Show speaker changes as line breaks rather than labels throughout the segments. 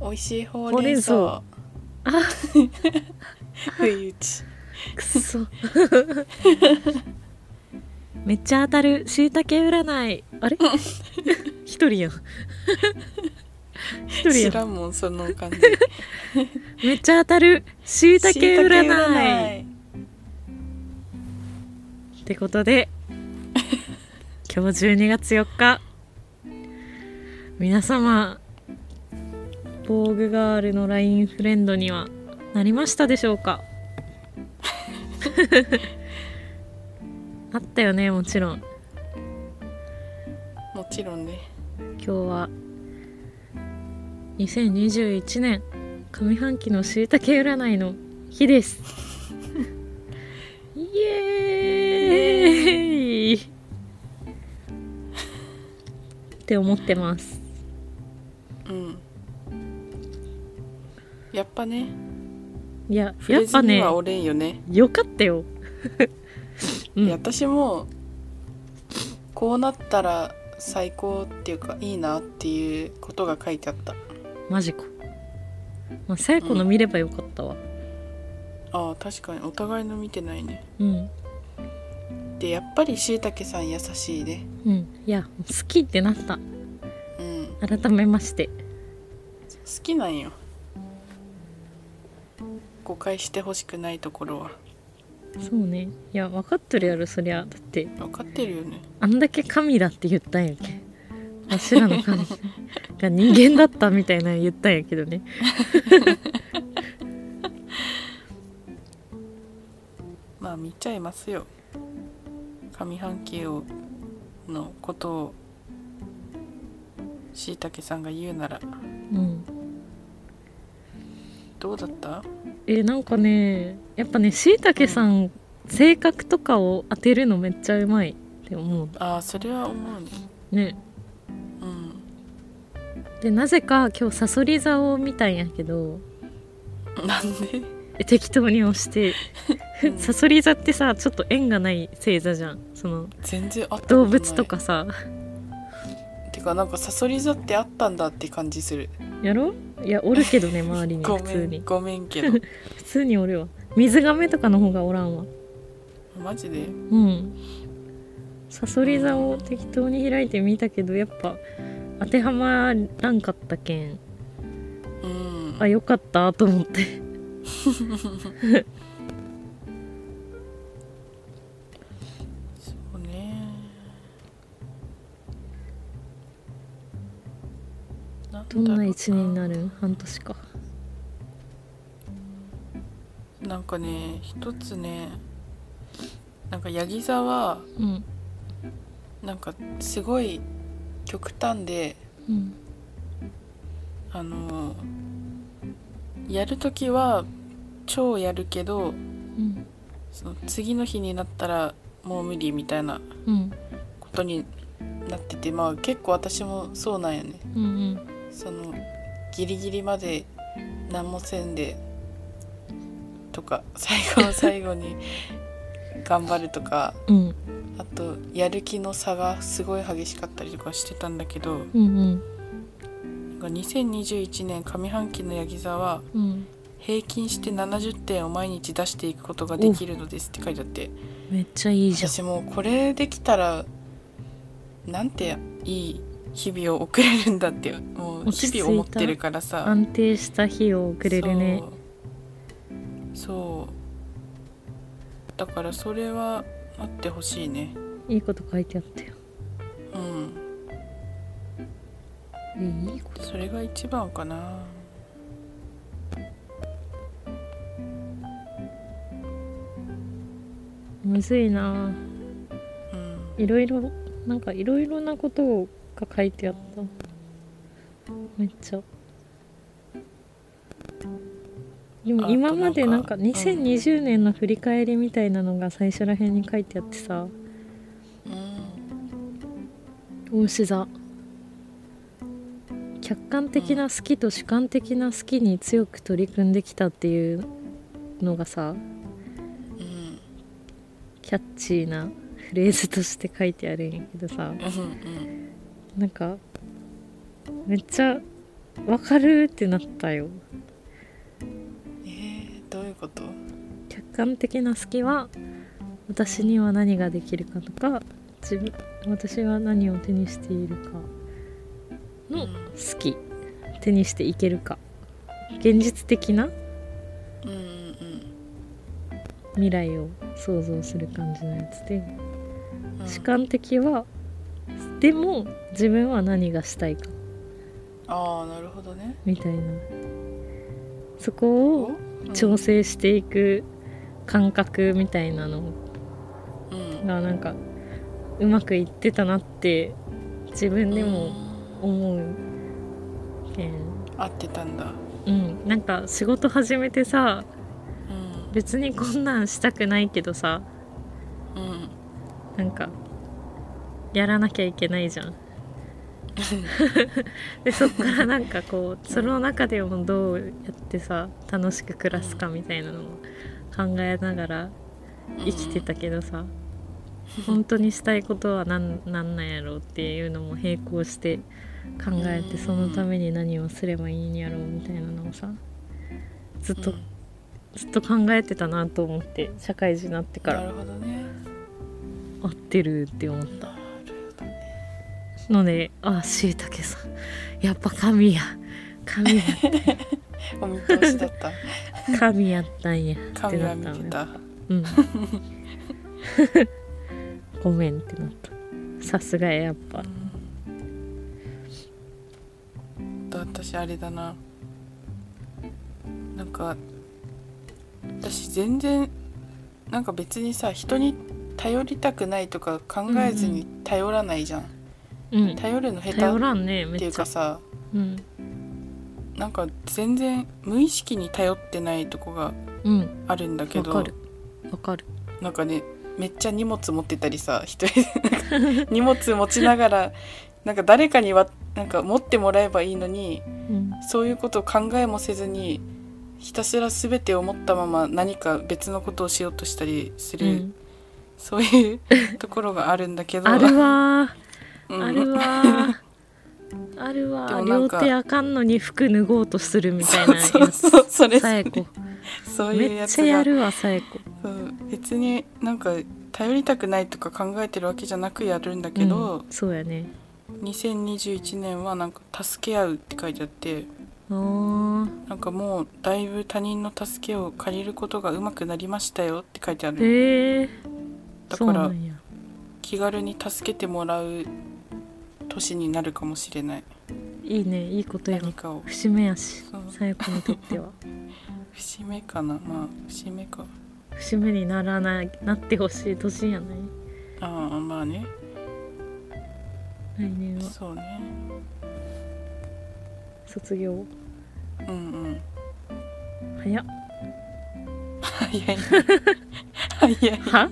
美味しいほうれん草
ほうれん
不意打ち
くそ めっちゃ当たるしいたけ占い あれ一人やん一人
知
や
らんもんその 感じ
んめっちゃ当たるしいたけ占
椎
い
茸占い
ってことで今日12月4日皆様防具ガールの LINE フレンドにはなりましたでしょう かあったよねもちろん
もちろんね
今日は2021年上半期のしいたけ占いの日ですイエーイって思ってます
うんやっぱね
いや
触
やっ
れず
ぱ
に
ね
はおれんよね
よかったようん
いや私もこうなったら最高っていうかいいなっていうことが書いてあった
マジかまあ最後の見ればよかったわ
ああ確かにお互いの見てないね
うん
でやっぱりしいたけさん優しいね
うんいや好きってなった
うん好
改めまして
きなんよ誤解してほしくないところは
そうねいや分かってるやろそりゃだって
分かってるよね
あんだけ神だって言ったんやけわし らの神が人間だったみたいなの言ったんやけどね
まあ見ちゃいますよ上半期をのことをしいたけさんが言うなら
うん
どうだった
えなんかねやっぱねしいたけさん性格とかを当てるのめっちゃうまいって思
ああそれは思うね
うね
うん
でなぜか今日さそり座を見たんやけど
なんで
え適当に押して
うん
さそり座ってさちょっと縁がない星座じゃんその
全然あったこと
動
ない
物とかさ
てかなんかサソリ座ってあったんだって感じする
やろいやおるけどね周りに
ご
普
め
通に
んごめんけ ど
普通におるわ水亀とかの方がおらんわ
マジで
うんさそり座を適当に開いてみたけどやっぱ当てはまらんかったけん
うん
あよかったと思って
そうねなんだ
ど
ろうん
な1年になるん半年か
なんかね一つねなんかヤギ座は
うん
なんかすごい極端で
うん
あのやる時は超やるけど
うん
その次の日になったらもう無理みたいな
うん
ことになっててまあ結構私もそうなんよね
うん
そのギリギリまで何もせんでとか 最後の最後に頑張るとか
うんうん
あとやる気の差がすごい激しかったりとかしてたんだけど
うんうん
なんか2021年上半期のヤギ座は
うん
平均して70点を毎日出していくことができるのですって書いてあって
めっちゃいいじゃん
私もうこれできたらなんていい日々を送れるんだってもう
落ち着
日
いた
々思ってるからさ
安定した日を送れるね
そうそうだからそれはあってほしいね
いいこと書いてあったよ
うん
えいいこ
それが一番かな
とむずいな
うん
いろいろなんかいろいろなことが書いてあっためっちゃで
あ
も
と
今まで
な
なんん
か
か
うん
2020年の振り返りみたいなのが最初らへんに書いてあってさ
うん
大牛座客観的な好きと主観的な好きに強く取り組んできたっていうのがさ
うん
キャッチーなフレーズとして書いてあるんやけどさ
うんうん
なんかめっちゃわかるってなったよ
えー、どういうこと
客観的な好きは私には何ができるかとか自分私が何を手にしているかの好き手にしていけるか現実的な
うんうんうん
未来を想像する感じのやつで
うん
主観的はでも自分は何がしたいか
ああなるほどね
みたいなそこを
うん
調整していく感覚みたいなの
うん
がなんかうまくいってたなって自分で
う
も
ん
思うけん
合ってたんだ
うんなんか仕事始めてさ
うん
別にこんなんしたくないけどさ
うん
なんかやらなきゃいけないじゃん でそっからなんかこうその中でもどうやってさ楽しく暮らすかみたいなのも考えながら生きてたけどさ本当にしたいことは何なんなんやろうっていうのも並行して考えて
うん
そのために何をすればいいんやろうみたいなのをさずっと、
うん
ずっと考えてたなと思って社会人になってか
な
ら
るほどね
合ってるって思った
なるほどね
のであしいたけさんやっぱ神や神 や
お見通しだった
神やったんや ってなった
神は見
の
て
よ
た
うん ごめんってなったさすがややっぱ
うんと私あれだななんか私全然なんか別にさ人に頼りたくないとか考えずに頼らないじゃん、
うん
頼るの下
頼
手
らんねめ
ってい
っ
う
ちゃ
かさ
うん
なんか全然無意識に頼ってないとこが
うん
あるんだけ
わか
ど
るわかる
なんかねめっちゃ荷物持ってたりさ一人でなんか荷物持ちながらなんか誰かにはなんか持ってもらえばいいのに
うん
そういうことを考えもせずにひたすら全てを持ったまま何か別のことをしようとしたりす
う
る、
ん
そういうところがあるんだけど
あるわ
う
ー
ん
あるわー あるわ
でも
ー
なん
両
か
手あかんのに服脱ごうとするみたいなや
そう
つ
そうそれ
さえこ
そういう
め
や
っ
つ
ちゃ
が
やるわさえこ
そう別になんか頼りたくないとか考えてるわけじゃなくやるんだけど
う、んそうやね
2021年はなんか「助け合う」って書いてあって
あー
なんかもうだいぶ他人の助けを借りることがうまくなりましたよって書いてある
へえ
だ
そ
か
う
ら
なんや
気軽に助けてもらう年になるかもしれない
いいねいいことや
何かを
節目やし
そう
さえこにと っては
節目かなまあ節目か
節目にならないなってほしい年やない
ああまあね
来年は
そうね
卒業
うんうん
早っ
早 いね早い
は、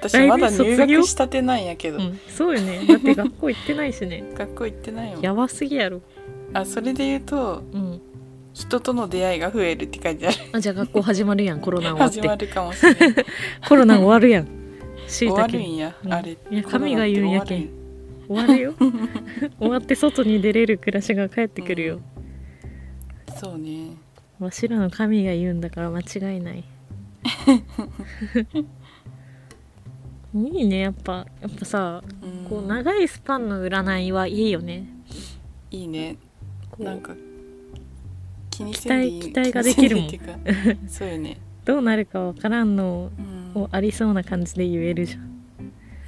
私まだ入
来年卒業
学したてなんやけど、
うん、そうよねだって学校行ってないしね
学校行ってないよ
やばすぎやろ
あそれで言うと
うん
人との出会いが増えるって書いてある
あじゃあ学校始まるやんコロナ
始
終わ
ま
って
るかも しれない
コロナ終わる やんし
終
い
わ
た
る
け
んや、
うん
あれ
いや神が言うんやけん
コ
終わる よ終わって外に出れる暮らしが帰ってくるよ、
ロナって終わるんそうね
わしらの神が言うんだから間違いないいいねやっぱやっぱさ
うん
こう長いスパンの占いはいいよね
いいね
こ
なん
う
か気にせんでいい
期待期待ができるもん
気にせでいいってい うかそうよね
どうなるかわからんの
うん
をありそうな感じで言えるじゃん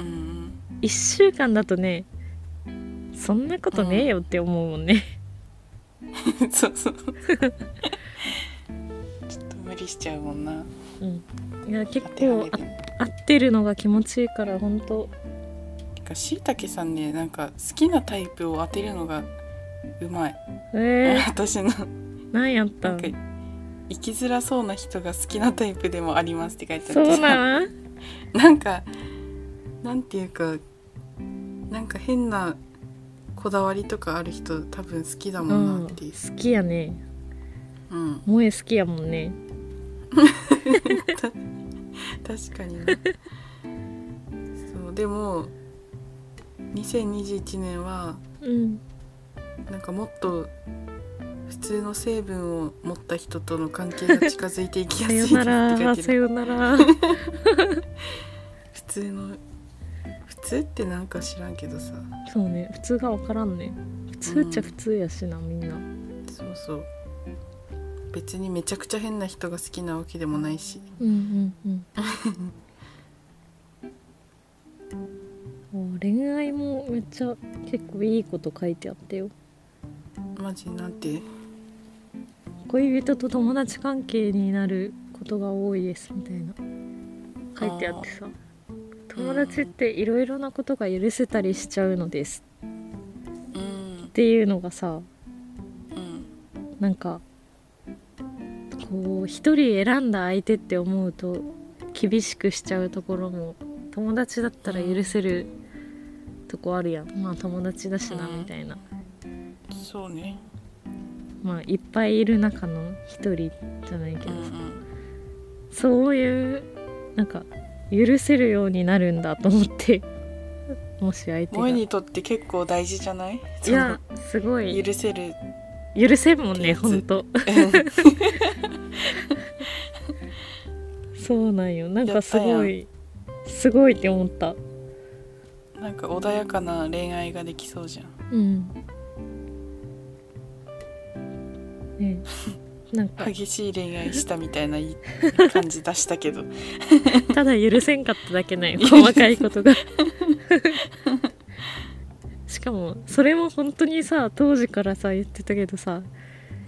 うん
1週間だとねそんなことねえよって思うもんね、
うんそうそう ちょっと無理しちゃうもんな
うん、いや結
当てはめ
構
る
あ合ってるのが気持ちいいから本当
てかしいたけさんねなんか好きなタイプを当てるのがうまい、
え
私の
ー、何やっ
な
た
ん
ん
か生きづらそうな人が好きなタイプでもありますって書いてあ
そ
る
うなん
なんかなんていうかなんか変なこだわりとかある人多分好きだ
う
もん
ん
なっていう、
好きやね
うん、
萌え好きやもんね
確かになそうでも2021年は
うん
なんかもっと通の成分を持った人との関係が近づいていきやす
さ
いで
よ
すっ
な
て書
ら
いて
さ
る
よなら
普通の普通ってなんか知らんけどさ
そうね普通が分からんね普通っちゃ普通やしな、みんな
そうそう別にめちゃくちゃ変な人が好きなわけでもないし
うんうんうん 恋愛もめっちゃ結構いいこと書いてあったよ
マジなんて
恋人と友達関係になることが多いですみたいな書いてあってさ友達っていろいろなことが許せたりしちゃうのです
うん
っていうのがさ
うん
なんかこう一人選んだ相手って思うと厳しくしちゃうところも友達だったら許せるとこあるやんまあ友達だしな
うん
みたいな
そうね
まあいっぱいいる中の一人じゃない
う
けど
ん
さ
うん
そういうなんか許せるようになるんだと思ってもし相手が
萌え
い
にとって結構大事じゃない
やすご
そ
い
の許せる
許せんもん
って
ね
やつ
ほんとそうなんよなんかす
やっ
ご
た
いすごいって思った
なんか穏やかな恋愛ができそうじゃん
うんねなんか
激しい恋愛したみたいな感じ出したけ ど
ただ許せんかっただけない 細かいこと がしかもそれも本当にさ当時からさ言ってたけどさ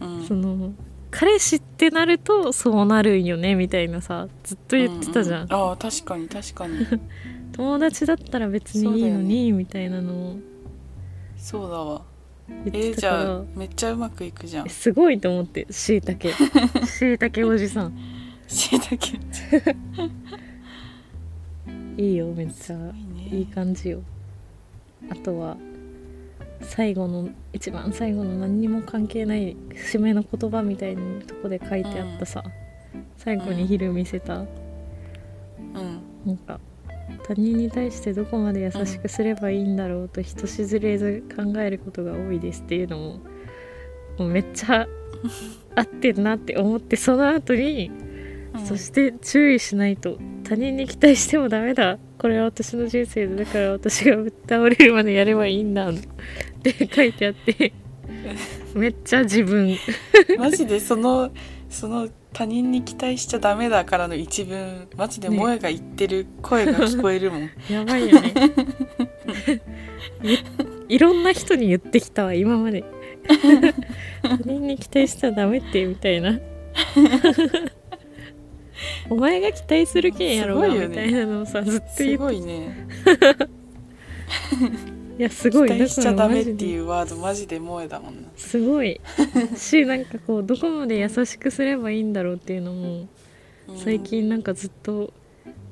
うん
その彼氏ってなるとそうなるんよねみたいなさずっと言ってたじゃん、
ううああ確かに確かに
友達だったら別にいいのに、みたいなのを
そうだわえ
言っ
ー
て
じ
たか
ゃ
ら
あ、めっちゃうまくいく じゃん
えすごいと思ってしい たけしいたけおじさん
しいたけ
いいよめっちゃいい感じよあとは最後の一番最後の何にも関係ない節目の言葉みたいなとこで書いてあったさ、最後に昼見せた、
うん
なんか他人に対してどこまで優しくすればいいんだろうと人しずれず考えることが多いですっていうのももうめっ ちゃ合ってるなって思ってその後に、
うん
そして注意しないと他人に期待してもダメだこれは私の人生だから私がぶっ倒れるまでやればいいんだって書いてあって めっちゃ自分
マジでそのその他人に期待しちゃダメだからの一文マジで
ね
萌えが言ってる声が聞こえるもん、
やばいよね いいろんな人に言ってきたわ今まで他人に期待しちゃダメってみた いなお前が期待するけんやろうが、
すごいよ
み
ね
たいなのをさずっと
す
言って
ごいね
いやす
期
ごい
待しちゃダメって
う
いうワードマジで萌えだもんな
すごいしなんかこうどこまで優しくすればいいんだろうっていうのも
うん
最近なんかずっと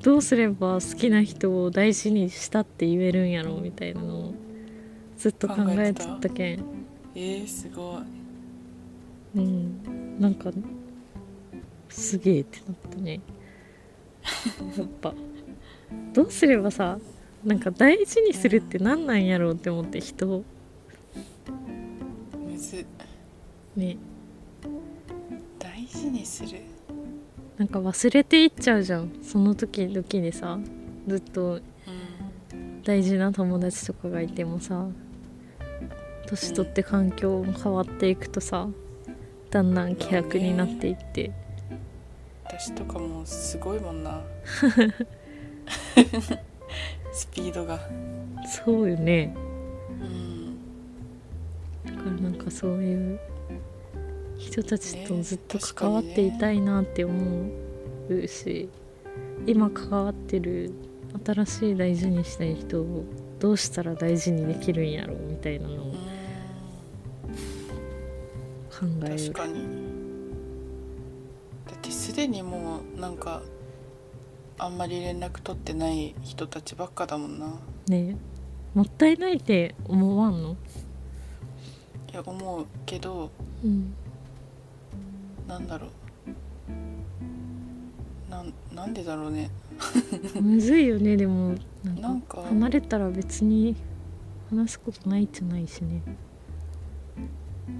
どうすれば好きな人を大事にしたって言えるんやろうみたいなのをずっと考えてたけん、
えー、すごい
うん、なんかすげえってなったねやっぱどうすればさなんか大事にするって何なんやろうって思って人を
むず
ね
大事にする
なんか忘れていっちゃうじゃんその時々でさずっと
うん
大事な友達とかがいてもさ年取って環境も変わっていくとさだんだん希薄になっていって、
私とかもすごいも んなスピードが
そうよね
うん
だからなんかそういう人たちとずっと
ね確か
関
に
わ
ね
っていたいなって思うし、今関わってる新しい大事にしたい人をどうしたら大事にできるんやろうみたいなのを
うん
考え
確
る
かにだってすでにもうなんかあんまり連絡取ってない人たちばっかだもんな
ねもったいないって思わんの、
いや思うけど
うん、
なんだろうなんなんでだろうね
むずいよねでもなんか
なんか
離れたら別に話すことないじゃないしね
う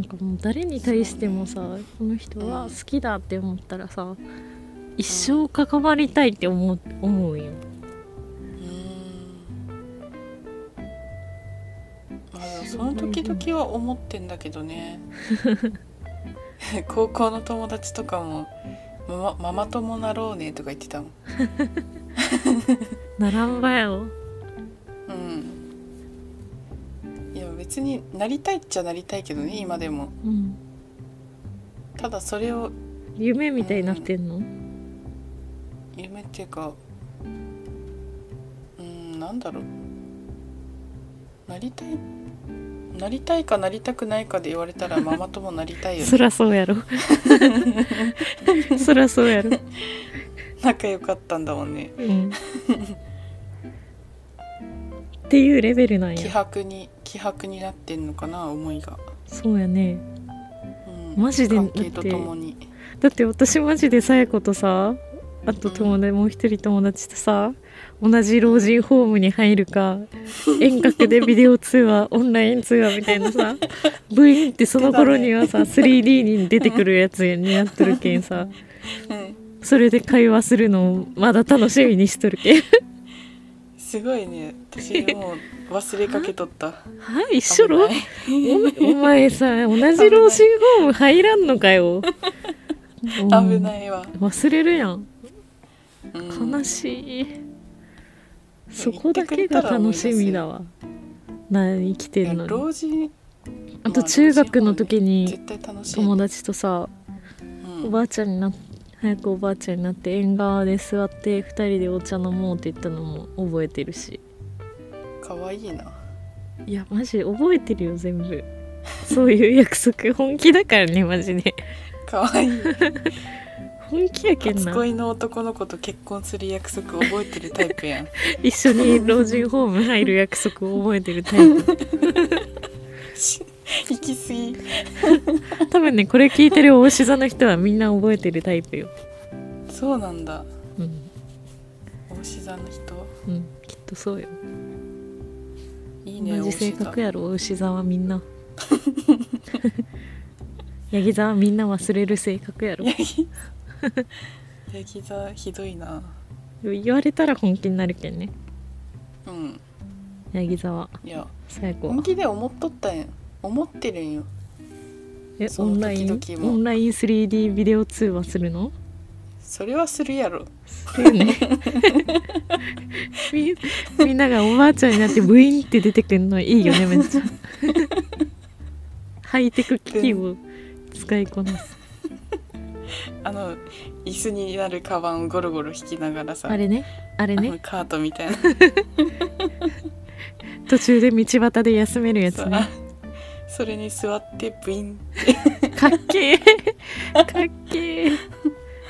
ん
なんかもう誰に対してもさこの人は好きだって思ったらさ一生関わりたいって思う思うよ
うーんまあでもその時々は思ってんだけど ね高校の友達とかも「ママママ友なろうね」とか言ってたもん
ならんばよ
うんいや別になりたいっちゃなりたいけどね今でも
うん
ただそれを
夢みたいになってんの、
夢っていうかうんなんだろうなりたいなりたいかなりたくないかで言われた らママ友なりたいよ
そ
ね
らそう やろそらそうやろ、
仲良かったんだもんね
うん、っていうレベルなん
気
や
迫に気迫になってんのかな思いが、
そうやね
うん、
マジで
関係とともに
だって私マジでさや子とさあと友達、もう一人友達とさ同じ老人ホームに入るか遠隔でビデオ通 話オンライン通話みたいなさブイーンってその頃にはさ 3D に出てくるやつになっとるけんさ
うん
それで会話するのをまだ楽しみにしとるけん
すごいね私もう忘れかけとった
はい一緒ろ
危ない
おお前さ同じ老人ホーム入らんのかよ
危
い
ないわ、
忘れるやん
うん
悲しい、そこだけが楽しみだわな生きてるのに
老人
あと中学の時に
絶対楽しい、
友達とさ
うん
おばあちゃんにな早くおばあちゃんになって縁側で座って2人でお茶飲もうって言ったのも覚えてるし
可愛いない
やマジ覚えてるよ全部そういう約束本気だからねマジで
可愛い
本気やけん
初
な
恋の男の子と結婚する約束覚えてるタイプや ん
一緒に老人ホーム入る約束を覚えてるタイプ
し行き過ぎ
多分ねこれ聞いてる大志座の人はみんな覚えてるタイプよ
そうなんだ
うん
大志座の人
うん、きっとそうよ
いいね
同じ性
大
格
志
やろ牛座は みんなヤギ座はみんな忘れる性格やろ
座ヤギヤギ座ひどいな
言われたら本気になるけんね
うん
ヤギ座はい
や
最後
本
は
気で思っとったんや思ってるんよ
え
そ
オ
の
ンライン
時
オ
々も
ンライン 3D ビデオ通話する の
それはするやろ
するよねみみんながおばあちゃんになってブイーンって出てくるのいいよ ねめっちゃハイテク機器を使いこなす
あの椅子になるカバンをゴロゴロ引きながらさ
あれねあれ
あ
ね
のカートみたいな
途中で道端で休めるやつ
さ、
ね
それに座ってブイン
かっけえかっけえ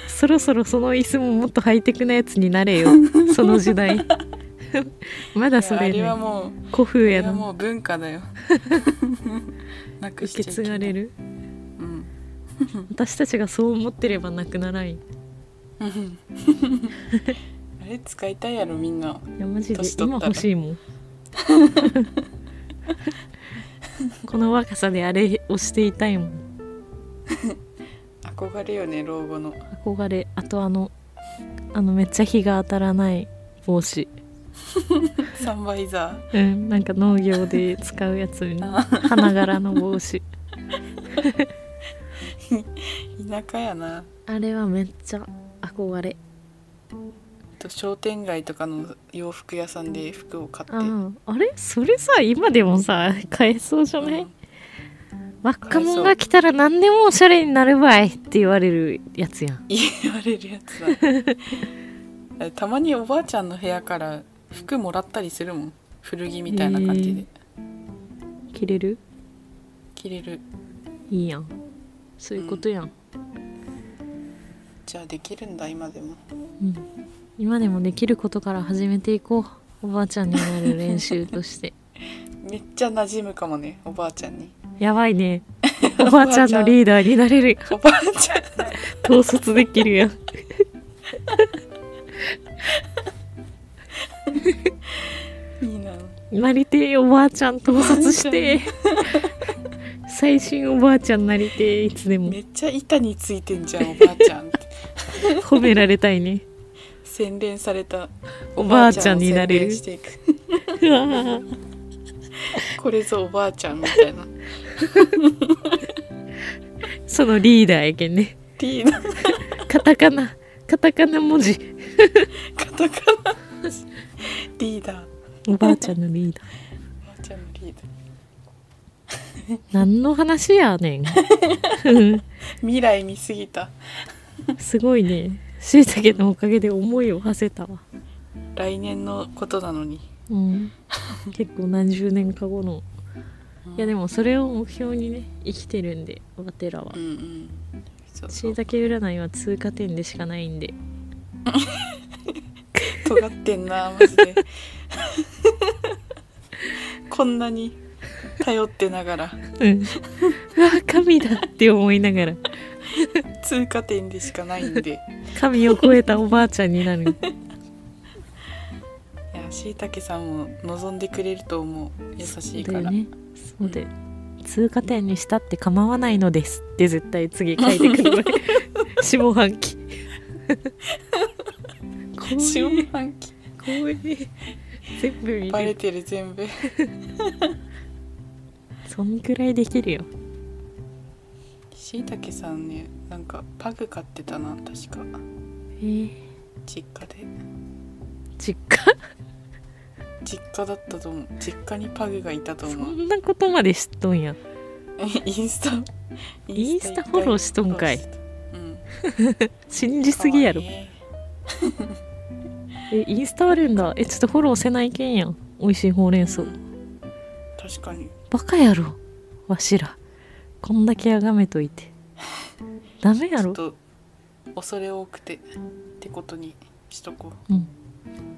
そろそろその椅子ももっとハイテクなやつになれよその時代 まだそ
いやあ
れ
れ
ね
はもう
古風
い
や
や
な
もう文化 だよなくしちゃいけ
受け継
な
が
い
れる
うん
私たちがそう思ってればなくならんい
うん あれ使いたいやろみんな
やマジで
年取
今
ったら
欲しいもん この若さであれをしていたいもん
憧れよね老後の
憧れあとあのあのめっちゃ日が当たらない帽子
サンバイザ
うん、なんか農業で使うやつに
あ
花柄の帽子
ー田舎やな
あれはめっちゃ憧れ
と商店街とかの洋服屋さんで服を買って、
あーあれそれさ今でもさ買えそうじゃない、
うん
若者が来たら何でもおしゃれになるわいって言われるやつやん
言われるやつだたまにおばあちゃんの部屋から服もらったりするもん古着みたいな感じで、
へー着れる
着れる
いいやんそういうことやん、
じゃあできるんだ今でも
うん今でもできることから始めていこうおばあちゃんになる練習として
めっちゃ馴染むかもねおばあちゃんに
やばい ねおばあちゃんのリーダーになれる
おばあちゃん
統率できるやん
いいな
なりてえおばあちゃん盗撮 して最新おばあちゃんなりてえいつでも
めっちゃ板についてんじゃんおばあちゃんって
褒められたいね
洗練された
おばあちゃんになれ
おばあちゃんを洗練
る
していく
うわー
これぞおばあちゃんみたいな
そのリーダーやけんね
リーダー
カタカナカタカナ文字
カタカナリーダーお
おばあちゃんのリーダー
ばあちゃんのリーダー
何の話やねん
未来見すぎた
すごいねしいたけのおかげで思いを馳せたわ
来年のことなのに
うん、結構何十年か後のいやでもそれを目標にね生きてるんでワテらは
うんうんそう
し
そ
いうたけ占いは通過点でしかないんで
尖ってんなマジで こんなに頼ってながら
うん うわ神だって思いながら
通過点でしかないんでい
神を超えたおばあちゃんになる
やしいたけさんも望んでくれると思う優しい
だ
か
よ
ら、
ねそうで、通過点にしたって構わないのですって絶対次書いてくる わけ下半期
下
怖い
半期
怖い全部見
バ
て
レ
る
てる全部
そんくらいできるよ
しいたけさんねなんかパグ飼ってたな確か
えー
実家で
実家
実家だったと思う実家にパグがいたと
そ
思うん
なことまで知っとんや
インスタ
インスタフォローしとんか
イ
い
ンスタフォローし
信じ
と
すぎやろ
かわいい
えインスタあるんだえちょっとフォローせないけんやん美味しいほうれん草
うん確かに
バカやろわしらこんだけあがめといてダメ
ち
や
ょ
ろ
っと恐れ多くてってことにしとこう
うん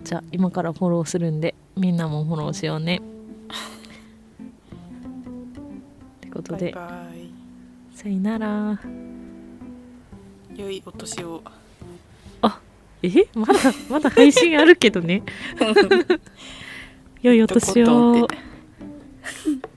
じゃあ今からフォローするんでみんなもフォローしようねってこと
バイ
で
バイ
さよなら
良いお年を
えまだまだ配信あるけどね良いお年
ドコン
を
とって